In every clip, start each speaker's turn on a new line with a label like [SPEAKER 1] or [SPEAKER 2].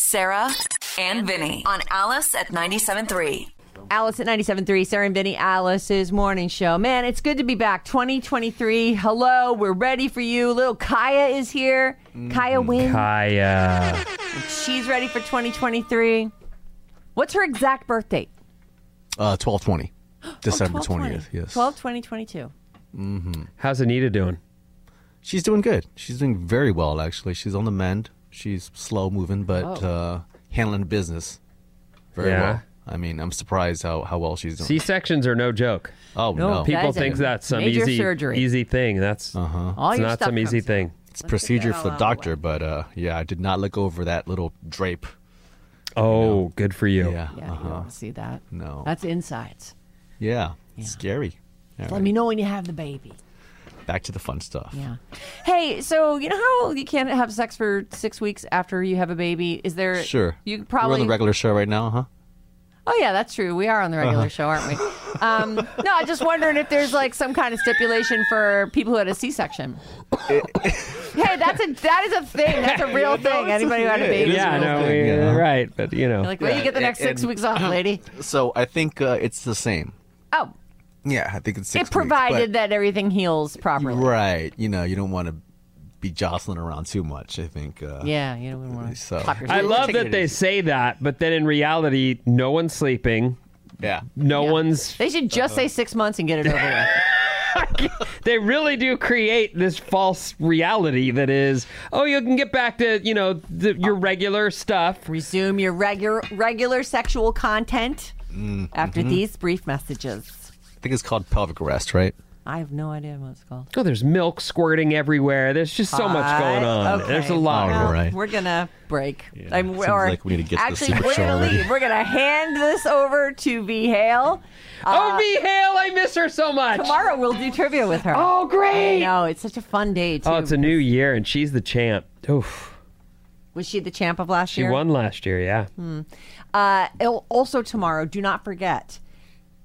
[SPEAKER 1] Sarah and Vinny on Alice at 97.3.
[SPEAKER 2] Alice at 97.3, Sarah and Vinny, Alice's morning show. Man, it's good to be back. 2023. Hello, we're ready for you. Little Kaya is here.
[SPEAKER 3] Mm-hmm.
[SPEAKER 2] Kaya Wynn.
[SPEAKER 3] Kaya.
[SPEAKER 2] She's ready for 2023. What's her exact birth date?
[SPEAKER 4] Uh, twelve twenty,
[SPEAKER 2] Oh,
[SPEAKER 4] December twentieth. Yes,
[SPEAKER 2] 12 2022.
[SPEAKER 3] How's Anita doing?
[SPEAKER 4] she's doing good. She's doing very well, actually. She's on the mend. She's slow moving,
[SPEAKER 2] Oh.
[SPEAKER 4] but uh, handling business very
[SPEAKER 3] Yeah.
[SPEAKER 4] well. I mean, I'm surprised how, how well she's doing.
[SPEAKER 3] C sections are no joke.
[SPEAKER 4] oh no,
[SPEAKER 2] That
[SPEAKER 3] People
[SPEAKER 2] is a
[SPEAKER 3] think that's some
[SPEAKER 2] major
[SPEAKER 3] easy
[SPEAKER 2] surgery.
[SPEAKER 3] easy thing. That's
[SPEAKER 4] Uh-huh.
[SPEAKER 2] All
[SPEAKER 3] it's
[SPEAKER 2] your
[SPEAKER 3] not
[SPEAKER 2] stuff
[SPEAKER 3] some easy
[SPEAKER 2] comes
[SPEAKER 3] thing.
[SPEAKER 4] it's procedure for the
[SPEAKER 2] hell out of the
[SPEAKER 4] doctor, but uh, yeah, I did not look over that little drape.
[SPEAKER 3] Oh, good for you.
[SPEAKER 4] Yeah,
[SPEAKER 2] Yeah, you
[SPEAKER 4] uh-huh.
[SPEAKER 2] don't wanna see that.
[SPEAKER 4] No.
[SPEAKER 2] That's insides.
[SPEAKER 4] yeah, scary. All
[SPEAKER 2] Let me know when you have the baby.
[SPEAKER 4] right, Back to the fun stuff.
[SPEAKER 2] Yeah. Hey, so you know how you can't have sex for six weeks after you have a baby? Is there.
[SPEAKER 4] Sure.
[SPEAKER 2] You probably.
[SPEAKER 4] we're on the regular show right now, huh?
[SPEAKER 2] Oh yeah, that's true. We are on the regular show, aren't we? Um, no, I'm just wondering if there's like some kind of stipulation for people who had a C-section. hey, that's a that is a thing. That's a real thing. Anybody who had a baby,
[SPEAKER 3] Yeah,
[SPEAKER 2] is real.
[SPEAKER 3] no,
[SPEAKER 4] thing, you know?
[SPEAKER 3] right, but you know,
[SPEAKER 2] like, where do you get the
[SPEAKER 4] Yeah,
[SPEAKER 2] next six
[SPEAKER 4] and-
[SPEAKER 2] weeks off, lady?
[SPEAKER 4] So I think uh, it's the same.
[SPEAKER 2] Oh,
[SPEAKER 4] Yeah, I think it's six
[SPEAKER 2] it provided that everything heals properly.
[SPEAKER 4] Right. You know, you don't want to be jostling around too much. I think. Uh,
[SPEAKER 2] Yeah, you don't want to
[SPEAKER 4] So-
[SPEAKER 2] pop your.
[SPEAKER 3] I love
[SPEAKER 4] Take
[SPEAKER 3] that
[SPEAKER 4] it
[SPEAKER 3] they
[SPEAKER 4] easy.
[SPEAKER 3] say that, but then in reality, no one's sleeping.
[SPEAKER 4] Yeah.
[SPEAKER 3] No one's.
[SPEAKER 2] They should just say six months and get it over with.
[SPEAKER 3] They really do create this false reality that is, oh, you can get back to you know the, your regular stuff.
[SPEAKER 2] Resume your regular regular sexual content after these brief messages.
[SPEAKER 4] I think it's called pelvic rest, right?
[SPEAKER 2] I have no idea what it's called.
[SPEAKER 3] Oh, there's milk squirting everywhere. There's just so much going on.
[SPEAKER 2] Okay.
[SPEAKER 3] There's a lot.
[SPEAKER 4] All
[SPEAKER 2] Well,
[SPEAKER 4] right.
[SPEAKER 2] We're gonna break. I'm-
[SPEAKER 4] seems
[SPEAKER 2] or-
[SPEAKER 4] like we need to get to the
[SPEAKER 2] actually,
[SPEAKER 4] secret
[SPEAKER 2] we're
[SPEAKER 4] show
[SPEAKER 2] gonna
[SPEAKER 4] already.
[SPEAKER 2] leave. We're gonna hand this over to V Hale.
[SPEAKER 3] oh, V. Hale, I miss her so much.
[SPEAKER 2] Tomorrow we'll do trivia with her.
[SPEAKER 3] Oh, great.
[SPEAKER 2] No, it's such a fun day too.
[SPEAKER 3] Oh, it's a new year, and she's the champ. Oof.
[SPEAKER 2] Was she the champ of last
[SPEAKER 3] She
[SPEAKER 2] year?
[SPEAKER 3] won last year, yeah.
[SPEAKER 2] Uh, al- also tomorrow, do not forget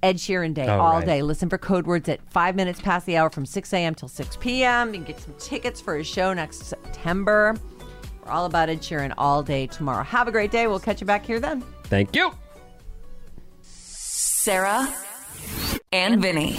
[SPEAKER 2] Ed Sheeran Day
[SPEAKER 3] Oh,
[SPEAKER 2] all
[SPEAKER 3] right.
[SPEAKER 2] day. Listen for code words at five minutes past the hour from 6 a.m. till 6 p.m. and get some tickets for his show next September. We're all about Ed Sheeran all day tomorrow. Have a great day. We'll catch you back here then.
[SPEAKER 3] Thank you.
[SPEAKER 1] Sarah and Vinny.